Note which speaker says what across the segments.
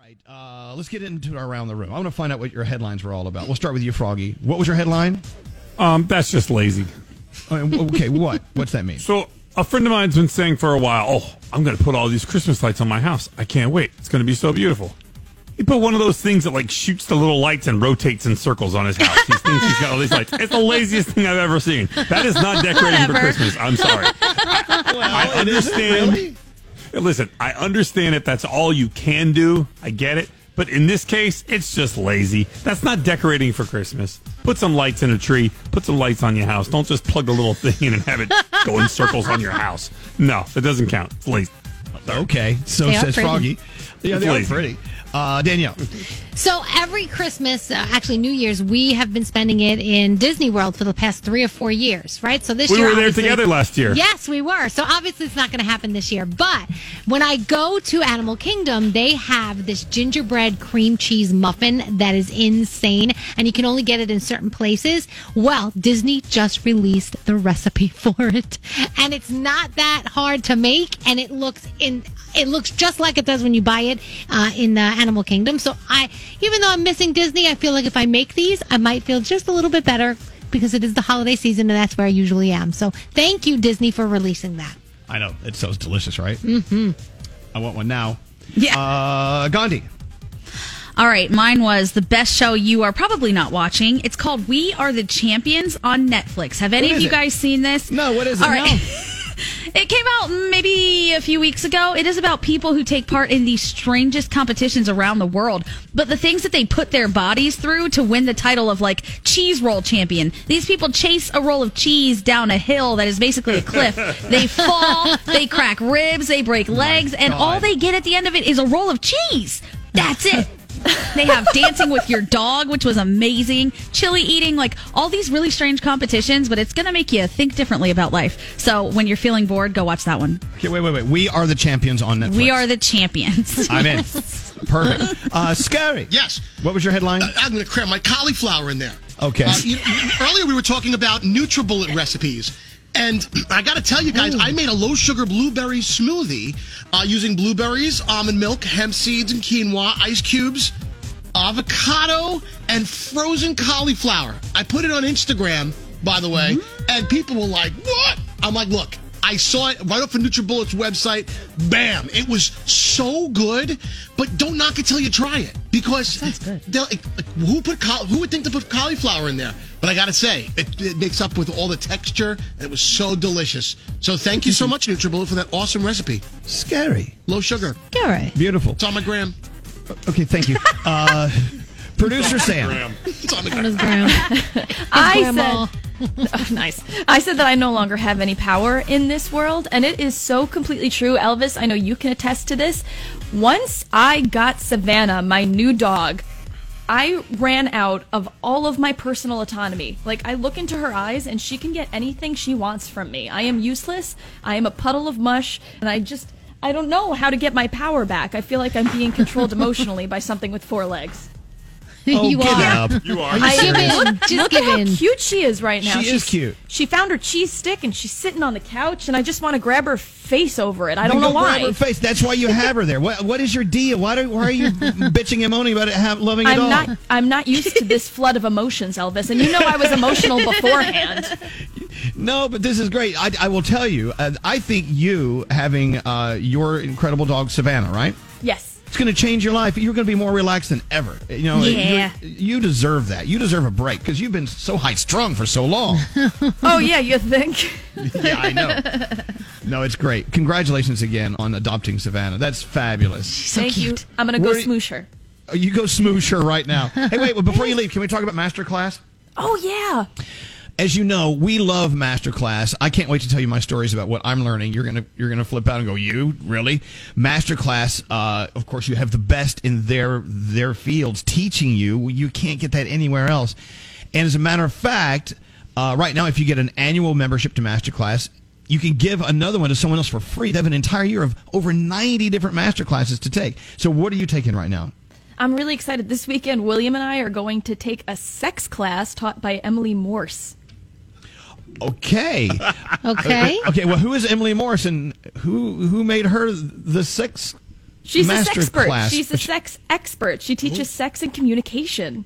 Speaker 1: right, uh, let's get into our round the room. I want to find out what your headlines were all about. We'll start with you, Froggy. What was your headline?
Speaker 2: Um, that's just lazy.
Speaker 1: Uh, okay, what? What's that mean?
Speaker 2: So a friend of mine's been saying for a while, "Oh, I'm going to put all these Christmas lights on my house. I can't wait. It's going to be so beautiful." He put one of those things that like shoots the little lights and rotates in circles on his house. He thinks he's got all these lights. It's the laziest thing I've ever seen. That is not decorating for
Speaker 3: Whatever.
Speaker 2: Christmas. I'm sorry. I understand. Listen, I understand if that's all you can do. I get it. But in this case, it's just lazy. That's not decorating for Christmas. Put some lights in a tree. Put some lights on your house. Don't just plug a little thing in and have it go in circles on your house. No, it doesn't count. It's lazy.
Speaker 1: Okay, so
Speaker 3: They are
Speaker 1: says
Speaker 3: pretty.
Speaker 1: Froggy. Yeah, they are
Speaker 2: Lazy.
Speaker 1: pretty. Uh, Danielle,
Speaker 3: So every Christmas, uh, actually New Year's, we have been spending it in Disney World for the past three or four years, right? So this
Speaker 2: We
Speaker 3: year
Speaker 2: were there
Speaker 3: obviously-
Speaker 2: together last year.
Speaker 3: Yes, we were. So obviously it's not going to happen this year. But when I go to Animal Kingdom, they have this gingerbread cream cheese muffin that is insane, and you can only get it in certain places. Well, Disney just released the recipe for it, and it's not that hard to make, and it looks in it looks just like it does when you buy it uh, in the Animal Kingdom. So I, even though I'm missing Disney, I feel like if I make these, I might feel just a little bit better because it is the holiday season and that's where I usually am. So thank you, Disney, for releasing that.
Speaker 1: I know it sounds delicious, right? Mm-hmm. I want one now.
Speaker 4: Yeah.
Speaker 1: Uh, Gandhi.
Speaker 4: All right, mine was the best show you are probably not watching. It's called We Are the Champions on Netflix. Have any
Speaker 1: What
Speaker 4: of
Speaker 1: is
Speaker 4: you
Speaker 1: it?
Speaker 4: guys seen this?
Speaker 1: No, what is it?
Speaker 4: All right. It came out maybe a few weeks ago. It is about people who take part in the strangest competitions around the world, but the things that they put their bodies through to win the title of like cheese roll champion. These people chase a roll of cheese down a hill that is basically a cliff. they fall, they crack ribs, they break legs, and all
Speaker 1: God.
Speaker 4: they get at the end of it is a roll of cheese. That's it. they have dancing with your dog, which was amazing. Chili eating, like all these really strange competitions, but it's going to make you think differently about life. So when you're feeling bored, go watch that one.
Speaker 1: Okay, wait, wait, wait. We are the champions on Netflix.
Speaker 4: We are the champions.
Speaker 1: I'm in. Perfect. Uh, Scary.
Speaker 5: Yes. uh,
Speaker 1: What was your headline?
Speaker 5: I- I'm going to cram my cauliflower in there.
Speaker 1: Okay.
Speaker 5: Uh, you- earlier we were talking about NutriBullet recipes. And I got to tell you guys, I made a low sugar blueberry smoothie uh, using blueberries, almond milk, hemp seeds, and quinoa, ice cubes, avocado, and frozen cauliflower. I put it on Instagram, by the way, and people were like, what? I'm like, look, I saw it right off of NutriBullet's website. Bam! It was so good, but don't knock it till you try it because they'll- like, like, who put caul- who would think to put cauliflower in there? But I gotta say, it, it makes up with all the texture, and it was so delicious. So thank you so much, NutriBullet, for that awesome recipe.
Speaker 1: Scary.
Speaker 5: Low sugar.
Speaker 4: all right.
Speaker 1: Beautiful.
Speaker 5: It's on my gram.
Speaker 1: Okay, thank you. Uh, producer Sam.
Speaker 5: It's on the
Speaker 3: That
Speaker 5: gram.
Speaker 3: was grand.
Speaker 6: I
Speaker 3: grandma.
Speaker 6: said, oh, nice. I said that I no longer have any power in this world, and it is so completely true. Elvis, I know you can attest to this. Once I got Savannah, my new dog, I ran out of all of my personal autonomy. Like, I look into her eyes, and she can get anything she wants from me. I am useless. I am a puddle of mush, and I just. I don't know how to get my power back. I feel like I'm being controlled emotionally by something with four legs.
Speaker 1: Oh,
Speaker 3: you
Speaker 1: give
Speaker 3: are.
Speaker 1: it up.
Speaker 2: You are.
Speaker 3: I give
Speaker 1: serious?
Speaker 3: in. Just
Speaker 6: Look
Speaker 3: give
Speaker 6: at
Speaker 3: in.
Speaker 6: how cute she is right now.
Speaker 1: She is
Speaker 6: she's,
Speaker 1: cute.
Speaker 6: She found her cheese stick and she's sitting on the couch, and I just want to grab her face over it. I don't
Speaker 1: Then
Speaker 6: know
Speaker 1: go grab
Speaker 6: why.
Speaker 1: her face. That's why you have her there. What What is your deal? Why, do, why are you bitching and moaning about it, have, loving it
Speaker 6: I'm
Speaker 1: all?
Speaker 6: not. I'm not used to this flood of emotions, Elvis, and you know I was emotional beforehand.
Speaker 1: No, but this is great. I, I will tell you. Uh, I think you having uh, your incredible dog Savannah, right?
Speaker 6: Yes.
Speaker 1: It's going to change your life. You're going to be more relaxed than ever. You know,
Speaker 4: Yeah.
Speaker 1: you- you deserve that. You deserve a break because you've been so high strung for so long.
Speaker 6: Oh yeah, you think?
Speaker 1: yeah, I know. No, it's great. Congratulations again on adopting Savannah. That's fabulous.
Speaker 6: Thank you. I'm gonna go
Speaker 1: Where-
Speaker 6: smoosh her.
Speaker 1: Uh, You go smoosh her right now. Hey, wait, but before you leave, can we talk about Masterclass?
Speaker 6: Oh yeah.
Speaker 1: As you know, we love Masterclass. I can't wait to tell you my stories about what I'm learning. You're gonna you're gonna flip out and go, you really? Masterclass. Uh, of course, you have the best in their their fields teaching you. You can't get that anywhere else. And as a matter of fact, uh, right now, if you get an annual membership to Masterclass, you can give another one to someone else for free. They have an entire year of over 90 different masterclasses to take. So, what are you taking right now?
Speaker 6: I'm really excited. This weekend, William and I are going to take a sex class taught by Emily Morse.
Speaker 1: Okay.
Speaker 3: Okay.
Speaker 1: Uh, Okay, well, who is Emily Morrison? Who who made her the sex
Speaker 6: She's a
Speaker 1: master
Speaker 6: sex expert.
Speaker 1: class.
Speaker 6: She's a sex expert. She teaches sex and communication.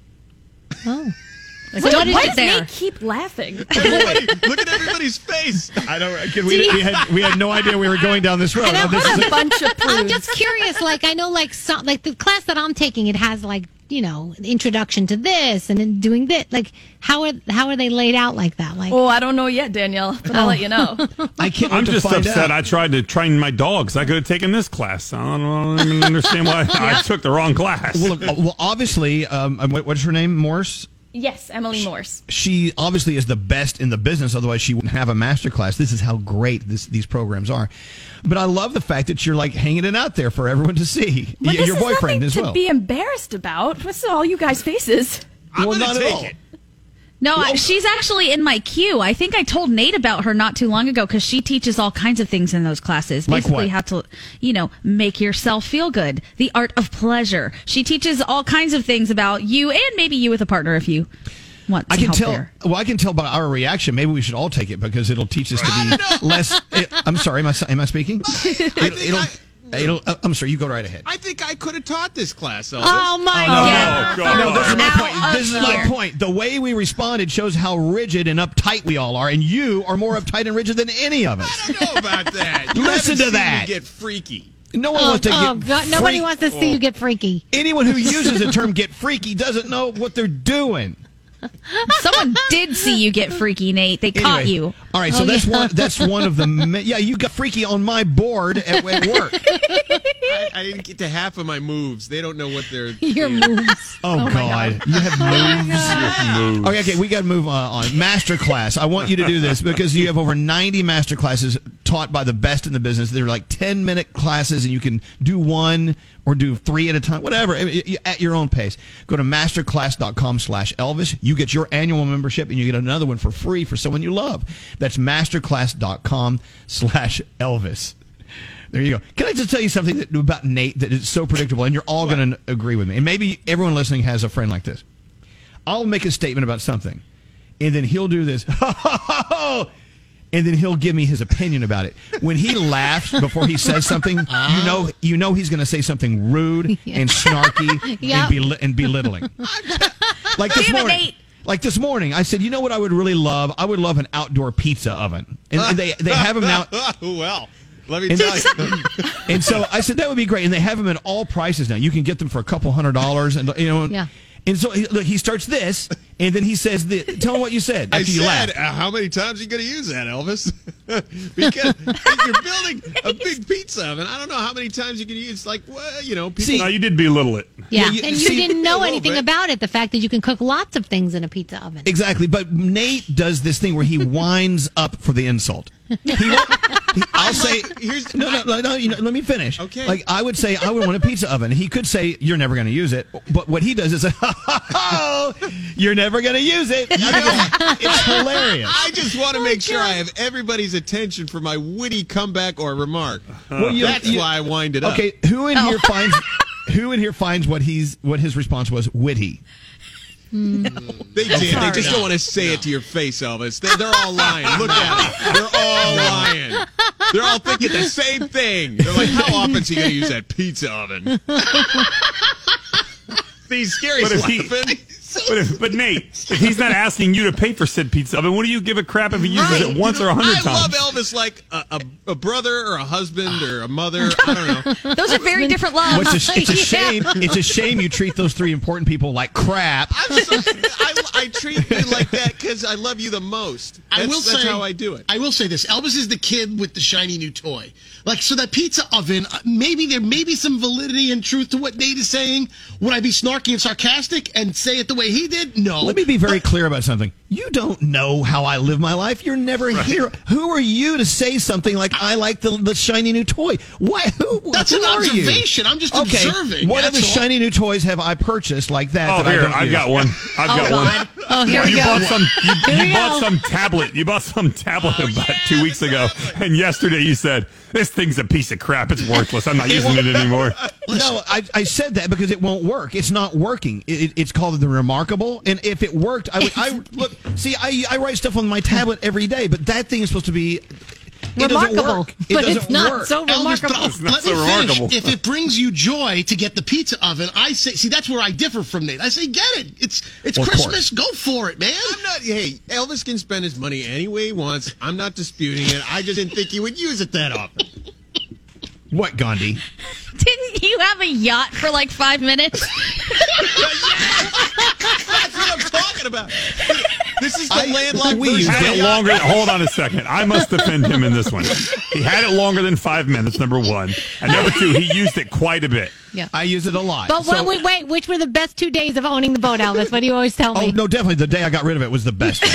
Speaker 3: Like,
Speaker 6: Why
Speaker 3: what is
Speaker 6: why
Speaker 3: it
Speaker 6: does Nate
Speaker 3: there?
Speaker 6: keep laughing?
Speaker 5: Look at everybody's face.
Speaker 1: I don't. uh, Can we, we had we had no idea we were going down this road.
Speaker 3: And I
Speaker 1: Oh, this
Speaker 3: wanna
Speaker 1: is a-
Speaker 6: bunch of
Speaker 3: I'm
Speaker 6: prudes.
Speaker 3: just curious. Like I know, like some, like the class that I'm taking, it has like you know introduction to this and then doing this. Like how are how are they laid out like that? Like
Speaker 6: Oh, I don't know yet, Danielle, but I'll let you know.
Speaker 1: I can't. wait
Speaker 2: I'm
Speaker 1: to
Speaker 2: just
Speaker 1: find
Speaker 2: upset.
Speaker 1: out.
Speaker 2: I tried to train my dogs. I could have taken this class. I don't, I don't even understand why I took the wrong class.
Speaker 1: well, look, uh, well, obviously, um, what, what's her name? Morse.
Speaker 6: yes, Emily Morse.
Speaker 1: She obviously is the best in the business. Otherwise, she wouldn't have a master class. This is how great this, these programs are. But I love the fact that you're like hanging it out there for everyone to see.
Speaker 6: But
Speaker 1: Y-
Speaker 6: this
Speaker 1: your
Speaker 6: is
Speaker 1: boyfriend
Speaker 6: nothing
Speaker 1: as
Speaker 6: to
Speaker 1: well.
Speaker 6: be embarrassed about. This is all you guys' faces.
Speaker 5: I'm
Speaker 1: well,
Speaker 5: gonna
Speaker 1: not at
Speaker 5: take
Speaker 1: all.
Speaker 5: it.
Speaker 4: No, I, she's actually in my queue. I think I told Nate about her not too long ago because she teaches all kinds of things in those classes.
Speaker 1: Like
Speaker 4: Basically,
Speaker 1: what?
Speaker 4: how to, you know, make yourself feel good, the art of pleasure. She teaches all kinds of things about you and maybe you with a partner if you want.
Speaker 1: I
Speaker 4: some
Speaker 1: can
Speaker 4: help
Speaker 1: tell.
Speaker 4: there.
Speaker 1: Well, I can tell by our reaction. Maybe we should all take it because it'll teach us to be less. It, I'm sorry. Am I, am I speaking? It,
Speaker 5: I think
Speaker 1: will
Speaker 5: I-
Speaker 1: it'll. uh, I'm sorry. You go right ahead.
Speaker 5: I think I could have taught this class. Elvis.
Speaker 3: oh my
Speaker 2: no,
Speaker 3: god!
Speaker 2: no, God.
Speaker 1: No, this is my
Speaker 4: Now
Speaker 1: point. This is my
Speaker 4: appear.
Speaker 1: point. The way we responded shows how rigid and uptight we all are, and you are more uptight and rigid than any of us.
Speaker 5: I don't know about that.
Speaker 1: Listen
Speaker 5: You haven't
Speaker 1: to
Speaker 5: seen
Speaker 1: that.
Speaker 5: Me get freaky.
Speaker 1: No one
Speaker 3: Oh,
Speaker 1: wants to get.
Speaker 3: oh, God, nobody
Speaker 1: freak-
Speaker 3: wants to see you get freaky.
Speaker 1: Anyone who uses the term "get freaky" doesn't know what they're doing.
Speaker 4: Someone did see you get freaky, Nate. They caught
Speaker 1: Anyway.
Speaker 4: you.
Speaker 1: All right, so that's one. That's one of the. ma- Yeah, you got freaky on my board at, at work.
Speaker 5: I, I didn't get to half of my moves. They don't know what they're.
Speaker 3: Your moves.
Speaker 1: Oh, God. you have moves. Okay, okay, we got to move uh, on. on. Masterclass. I want you to do this because you have over 90 masterclasses taught by the best in the business. They're like 10 minute classes, and you can do one or do three at a time, whatever, I mean, y- at your own pace. Go to masterclass.com slash Elvis. You get your annual membership, and you get another one for free for someone you love. That's masterclass.com slash Elvis. There you go. Can I just tell you something that, about Nate that is so predictable, and you're all going to agree with me, and maybe everyone listening has a friend like this. I'll make a statement about something, and then he'll do this, and then he'll give me his opinion about it. When he laughs before he says something, you know, you know he's going to say something rude and snarky
Speaker 3: Yep.
Speaker 1: and, bel- and belittling. like this
Speaker 4: Damn it,
Speaker 1: morning.
Speaker 4: Nate.
Speaker 1: Like this morning, I said, you know what I would really love? I would love an outdoor pizza oven, and they they have them now.
Speaker 5: Oh, well, let me
Speaker 1: And-
Speaker 5: tell you.
Speaker 1: and so I said that would be great, and they have them at all prices now. You can get them for a couple hundred dollars, and you know,
Speaker 3: Yeah.
Speaker 1: And so he, look, he starts this, and then he says, the, "Tell him what you said."
Speaker 5: I
Speaker 1: After you
Speaker 5: said,
Speaker 1: laugh.
Speaker 5: uh, how many times are you going to use that, Elvis? because if you're building a big pizza oven, I don't know how many times you can use. Like, well, you know, people.
Speaker 1: See,
Speaker 2: no, you did belittle it.
Speaker 3: Yeah,
Speaker 1: you-
Speaker 3: and you
Speaker 1: see-
Speaker 3: didn't
Speaker 5: A
Speaker 3: know
Speaker 5: little
Speaker 3: anything
Speaker 5: bit.
Speaker 3: about it. The fact that you can cook lots of things in a pizza oven.
Speaker 1: Exactly, but Nate does this thing where he winds up for the insult. He won't, he- I'll say,
Speaker 5: here's-
Speaker 1: no, no, no, no, you know, let me finish.
Speaker 5: Okay.
Speaker 1: Like I would say, I would want a pizza oven. He could say, "You're never going to use it," but what he does is, "Oh, you're never going to use it." I mean, it's, it's hilarious.
Speaker 5: I just want to make sure I have everybody's attention for my witty comeback or remark.
Speaker 1: Well, you-
Speaker 5: That's
Speaker 1: you-
Speaker 5: why I wind it
Speaker 7: Uh,
Speaker 5: up.
Speaker 1: Okay, who in
Speaker 7: oh.
Speaker 1: here finds who in here finds what he's what his response was witty?
Speaker 5: They did. They just don't want to say it to your face, Elvis. They, they're all lying. Look at them. They're all lying. They're all thinking the same thing. They're like, how often is he going to use that pizza oven? These
Speaker 2: But
Speaker 5: scaries
Speaker 2: if he-
Speaker 5: laughing.
Speaker 2: But, if, but Nate, if he's not asking you to pay for said pizza oven, what do you give a crap if he uses it once or a hundred times?
Speaker 5: I love Elvis like a, a, a brother or a husband or a mother. I don't know.
Speaker 4: Those are very different
Speaker 1: Well,
Speaker 4: loves.
Speaker 1: it's a, it's a
Speaker 4: Yeah.
Speaker 1: shame. It's a shame you treat those three important people like crap.
Speaker 5: I'm so, I, I treat you like that because I love you the most.
Speaker 7: I
Speaker 5: That's-
Speaker 7: will
Speaker 5: that's
Speaker 7: say
Speaker 5: how I do it.
Speaker 7: I will say this: Elvis is the kid with the shiny new toy. Like so, that pizza oven. uh, Maybe there may be some validity and truth to what Nate is saying. Would I be snarky and sarcastic and say it the way he did? No.
Speaker 1: Let me be very clear about something. You don't know how I live my life. You're never here. Who are you to say something like I like the, the shiny new toy? Why? Who?
Speaker 7: That's
Speaker 1: who
Speaker 7: an
Speaker 1: are you?
Speaker 7: observation. I'm just
Speaker 1: okay.
Speaker 7: observing.
Speaker 1: What
Speaker 7: That's
Speaker 1: other
Speaker 7: all.
Speaker 1: shiny new toys have I purchased like that?
Speaker 2: Oh,
Speaker 1: that I
Speaker 2: here,
Speaker 1: don't
Speaker 2: I've
Speaker 1: use?
Speaker 2: got one. I've got
Speaker 3: God.
Speaker 2: one.
Speaker 3: Oh, here
Speaker 2: you
Speaker 3: we go.
Speaker 2: bought some. You,
Speaker 3: Here we
Speaker 2: you bought
Speaker 3: go. Oh,
Speaker 2: some tablet. You bought some tablet about two weeks ago, and yesterday you said this thing's a piece of crap. It's worthless. I'm not using it anymore.
Speaker 1: No, I, I said that because it won't work. It's not working. It, it- it's called the remarkable. And if it worked, I would. I would- look. See, I I write stuff on my tablet every day, but that thing is supposed to be.
Speaker 5: It doesn't
Speaker 3: Remarkable.
Speaker 5: work. It
Speaker 3: But
Speaker 5: doesn't
Speaker 3: it's not
Speaker 5: work.
Speaker 3: so
Speaker 5: Elvis,
Speaker 3: remarkable.
Speaker 5: but
Speaker 3: It's
Speaker 2: not
Speaker 5: let
Speaker 2: so
Speaker 5: me finish.
Speaker 2: remarkable.
Speaker 5: If it brings you joy to get the pizza oven, I say, see, that's where I differ from Nate. I say, get it. It's it's
Speaker 1: Well, of course.
Speaker 5: Christmas. Go for it, man.
Speaker 8: I'm not. Hey, Elvis can spend his money any way he wants. I'm not disputing it. I just didn't think he would use it that often.
Speaker 1: What, Gandhi?
Speaker 4: Didn't you have a yacht for like five minutes?
Speaker 8: That's what I'm talking about. This is the
Speaker 1: I-
Speaker 8: landlocked
Speaker 1: we
Speaker 8: version.
Speaker 1: used
Speaker 2: had it longer. Hold on a second. I must defend him in this one. He had it longer than five minutes. Number one, and number two, he used it quite a bit.
Speaker 1: I use it a lot.
Speaker 3: But
Speaker 1: So-
Speaker 3: what we wait, which were the best two days of owning the boat, Elvis? What do you always tell
Speaker 1: Oh
Speaker 3: me?
Speaker 1: no, definitely the day I got rid of it was the best.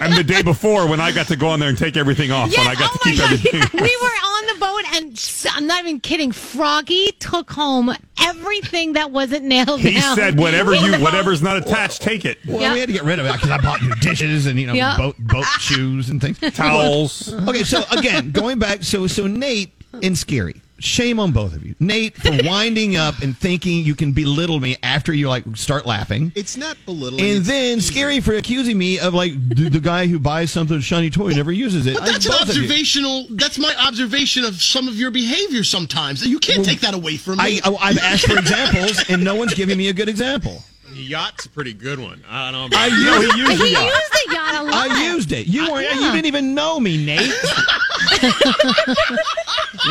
Speaker 2: And the day before, when I got to go on there and take everything off, when I got to keep everything.
Speaker 3: oh we were on the boat, and s- I'm not even kidding. Froggy took home everything that wasn't nailed
Speaker 2: He
Speaker 3: down.
Speaker 2: said, "Whatever you, whatever's not attached, take it."
Speaker 1: well, we had to get rid of it because I bought new dishes and you know
Speaker 3: Yeah.
Speaker 1: boat boat shoes and things.
Speaker 2: Towels.
Speaker 1: Okay, so again, going back, so so Nate and Scary, shame on both of you. Nate for winding up and thinking you can belittle me after you like start laughing.
Speaker 8: It's not belittling.
Speaker 1: And
Speaker 8: It's
Speaker 1: then
Speaker 8: easy.
Speaker 1: Scary for accusing me of like the, the guy who buys something shiny toy and never uses it.
Speaker 5: But that's
Speaker 1: I,
Speaker 5: an
Speaker 1: both of you.
Speaker 5: observational. That's my observation of some of your behavior sometimes. You can't take that away from
Speaker 1: I,
Speaker 5: me.
Speaker 1: I I've asked for examples and no one's giving me a good example.
Speaker 8: The yacht's a pretty good one. I don't know.
Speaker 2: I know he used
Speaker 3: he
Speaker 2: it.
Speaker 3: used the yacht a lot.
Speaker 1: I used it. You weren't. You didn't even know me, Nate.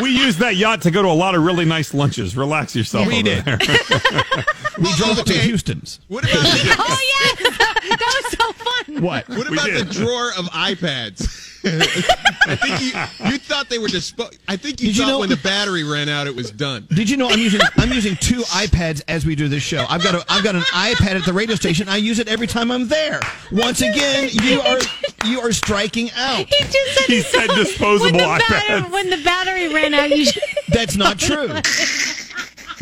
Speaker 2: We used that yacht to go to a lot of really nice lunches. Relax yourself.
Speaker 1: We
Speaker 2: over
Speaker 1: did.
Speaker 2: there.
Speaker 1: We drove it to
Speaker 8: okay.
Speaker 1: Houston's.
Speaker 8: What about the,
Speaker 3: Oh yes, that was so fun.
Speaker 1: What?
Speaker 8: what
Speaker 2: We
Speaker 8: about the
Speaker 2: did.
Speaker 8: drawer of iPads? I think you, you thought they were disposed. I think you
Speaker 1: Did you
Speaker 8: thought
Speaker 1: know-
Speaker 8: when the battery ran out, it was done.
Speaker 1: Did you know I'm using I'm using two iPads as we do this show? I've got a I've got an iPad at the radio station. I use it every time I'm there. Once again, you are you are striking out.
Speaker 3: He just said
Speaker 2: He
Speaker 3: he
Speaker 2: said
Speaker 3: saw-
Speaker 2: disposable
Speaker 3: when the battery,
Speaker 2: iPads.
Speaker 3: When the battery ran out, you. should-
Speaker 1: That's not true.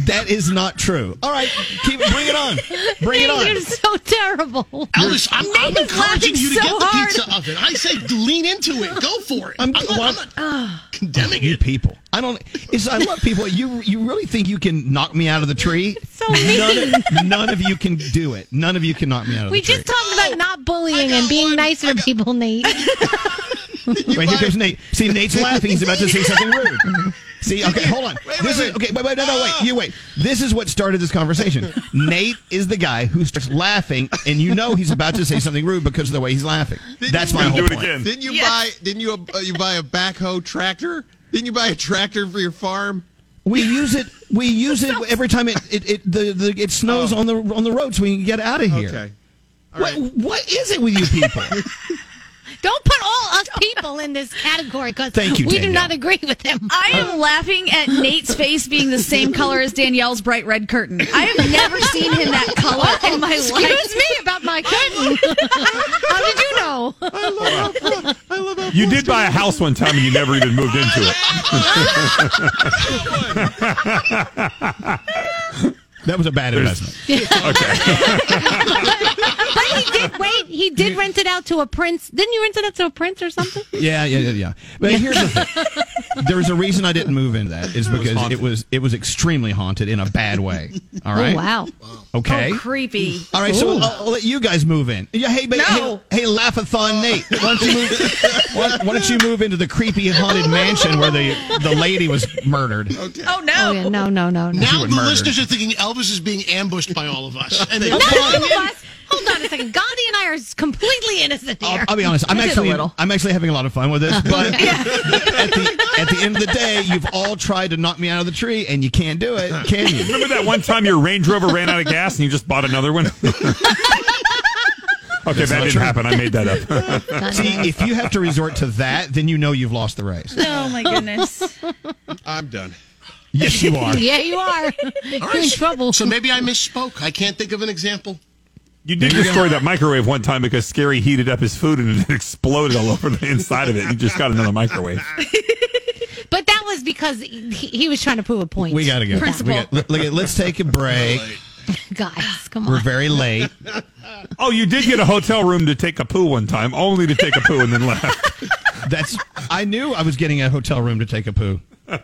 Speaker 1: That is not true. All right, keep bring it on. Bring it
Speaker 3: You're
Speaker 1: on.
Speaker 3: so terrible.
Speaker 5: Elvis, I'm, I'm
Speaker 3: Nate is
Speaker 5: encouraging you
Speaker 3: laughing
Speaker 5: to
Speaker 3: so
Speaker 5: get the
Speaker 3: hard.
Speaker 5: pizza oven. I say lean into it. Go for it.
Speaker 1: I'm-
Speaker 5: I'm, not,
Speaker 1: well,
Speaker 5: I'm not condemning
Speaker 1: You
Speaker 5: it.
Speaker 1: people. I don't it's, I love people. You you really think you can knock me out of the tree?
Speaker 3: So mean.
Speaker 1: None of, none of you can do it. None of you can knock me out of
Speaker 3: We
Speaker 1: the tree.
Speaker 3: just talked about not bullying
Speaker 5: I
Speaker 3: and
Speaker 5: got
Speaker 3: being
Speaker 5: one.
Speaker 3: nicer to people, Nate.
Speaker 1: Wait, here comes Nate. See, Nate's laughing. He's about to say something rude. See, okay, hold on.
Speaker 8: Wait, wait,
Speaker 1: this is
Speaker 8: wait.
Speaker 1: okay. Wait, wait, no, no, wait. You wait. This is what started this conversation. Nate is the guy who starts laughing, and you know he's about to say something rude because of the way he's laughing. That's my
Speaker 2: Gonna
Speaker 1: whole
Speaker 2: do it
Speaker 1: point.
Speaker 2: again.
Speaker 8: Didn't you buy? Didn't you uh, you buy a backhoe tractor? Didn't you buy a tractor for your farm?
Speaker 1: We use it. We use it every time it it, it the, the it snows on the on the road, so we can get out of here.
Speaker 8: Oh. Okay.
Speaker 1: What, what is it with you people?
Speaker 3: Don't put all us people in this category because
Speaker 1: Thank you,
Speaker 3: we do
Speaker 1: Danielle.
Speaker 3: not agree with him.
Speaker 4: I am laughing at Nate's face being the same color as Danielle's bright red curtain. I have never seen him that color in my
Speaker 3: Excuse
Speaker 4: life.
Speaker 3: me about my curtain. How Oh, did you know?
Speaker 2: You did buy a house one time and you never even moved into it.
Speaker 1: That was a bad investment.
Speaker 3: But he did wait. He did rent it out to a prince. Didn't you rent it out to a prince or something?
Speaker 1: Yeah, yeah, yeah, yeah. But here's the thing. There's a reason I didn't move into that is because it
Speaker 2: haunted.
Speaker 1: was it was extremely haunted in a bad way. All right.
Speaker 3: Oh, wow.
Speaker 6: Oh,
Speaker 1: Okay.
Speaker 4: Creepy.
Speaker 1: All right. So I'll, I'll let you guys move in. Yeah. Hey, ba-
Speaker 4: No.
Speaker 1: hey, hey, laugh-a-thon Nate. Why don't you move? why, why don't you move into the creepy haunted mansion where the the lady was murdered?
Speaker 8: Okay.
Speaker 4: Oh no.
Speaker 3: Oh, yeah. No, no, no, no.
Speaker 5: Now the
Speaker 1: would murder.
Speaker 5: listeners are thinking Elvis is being ambushed by all of us. And they
Speaker 3: Not all of us. Hold on a second. Gandhi and I are completely innocent
Speaker 1: I'll,
Speaker 3: here.
Speaker 1: I'll be honest. I'm
Speaker 6: I did a
Speaker 1: actually
Speaker 6: little.
Speaker 1: I'm actually having a lot of fun with this, but at, the, at the end of the day, you've all tried to knock me out of the tree, and you can't do it, can you?
Speaker 2: Remember that one time your Range Rover ran out of gas and you just bought another one? okay, that didn't happen. I made that up.
Speaker 1: See, if you have to resort to that, then you know you've lost the race.
Speaker 4: Oh my goodness.
Speaker 8: I'm done.
Speaker 1: Yes, you are.
Speaker 3: yeah, you are. You're in trouble.
Speaker 5: So maybe I misspoke. I can't think of an example.
Speaker 2: You did destroy that microwave one time because Scary heated up his food and it exploded all over the inside of it. You just got another microwave.
Speaker 3: But that was because he, he was trying to prove a point.
Speaker 1: We gotta go.
Speaker 4: Principal.
Speaker 1: We got- look, look, let's take a break.
Speaker 3: Guys, come
Speaker 1: We're
Speaker 3: on.
Speaker 1: very late.
Speaker 2: Oh, you did get a hotel room to take a poo one time, only to take a poo and then left.
Speaker 1: That's. I knew I was getting a hotel room to take a poo. I,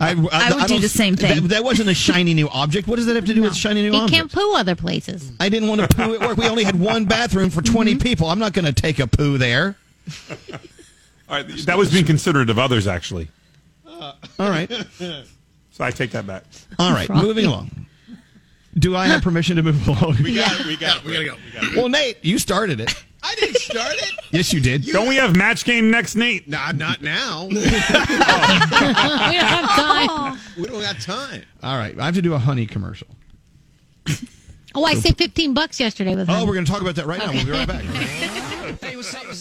Speaker 1: I,
Speaker 4: would do
Speaker 1: don't-
Speaker 4: the same thing.
Speaker 1: That, that wasn't a shiny new object. What does that have to do with shiny new
Speaker 3: He
Speaker 1: object?
Speaker 3: can't poo other places.
Speaker 1: I didn't want to
Speaker 4: Mm-hmm.
Speaker 1: poo at work. We only had one bathroom for 20 people. I'm not going to take a poo there.
Speaker 2: All right, that was being considerate of others, actually.
Speaker 1: All right.
Speaker 2: So I take that back.
Speaker 1: All right. Moving along. Do I have permission to move along?
Speaker 9: We got it. We got it. We gotta go.
Speaker 1: well, Nate, you started it.
Speaker 5: I didn't start it.
Speaker 1: Yes, you did.
Speaker 2: Don't we have match game next, Nate?
Speaker 5: Nah, not
Speaker 9: Oh.
Speaker 5: now.
Speaker 3: We don't have time.
Speaker 5: we don't got time.
Speaker 1: All right. I have to do a honey commercial.
Speaker 3: Oh, I saved 15 bucks yesterday with him.
Speaker 1: Oh, we're going to talk about that right now. We'll be right back.
Speaker 10: Hey, what's up?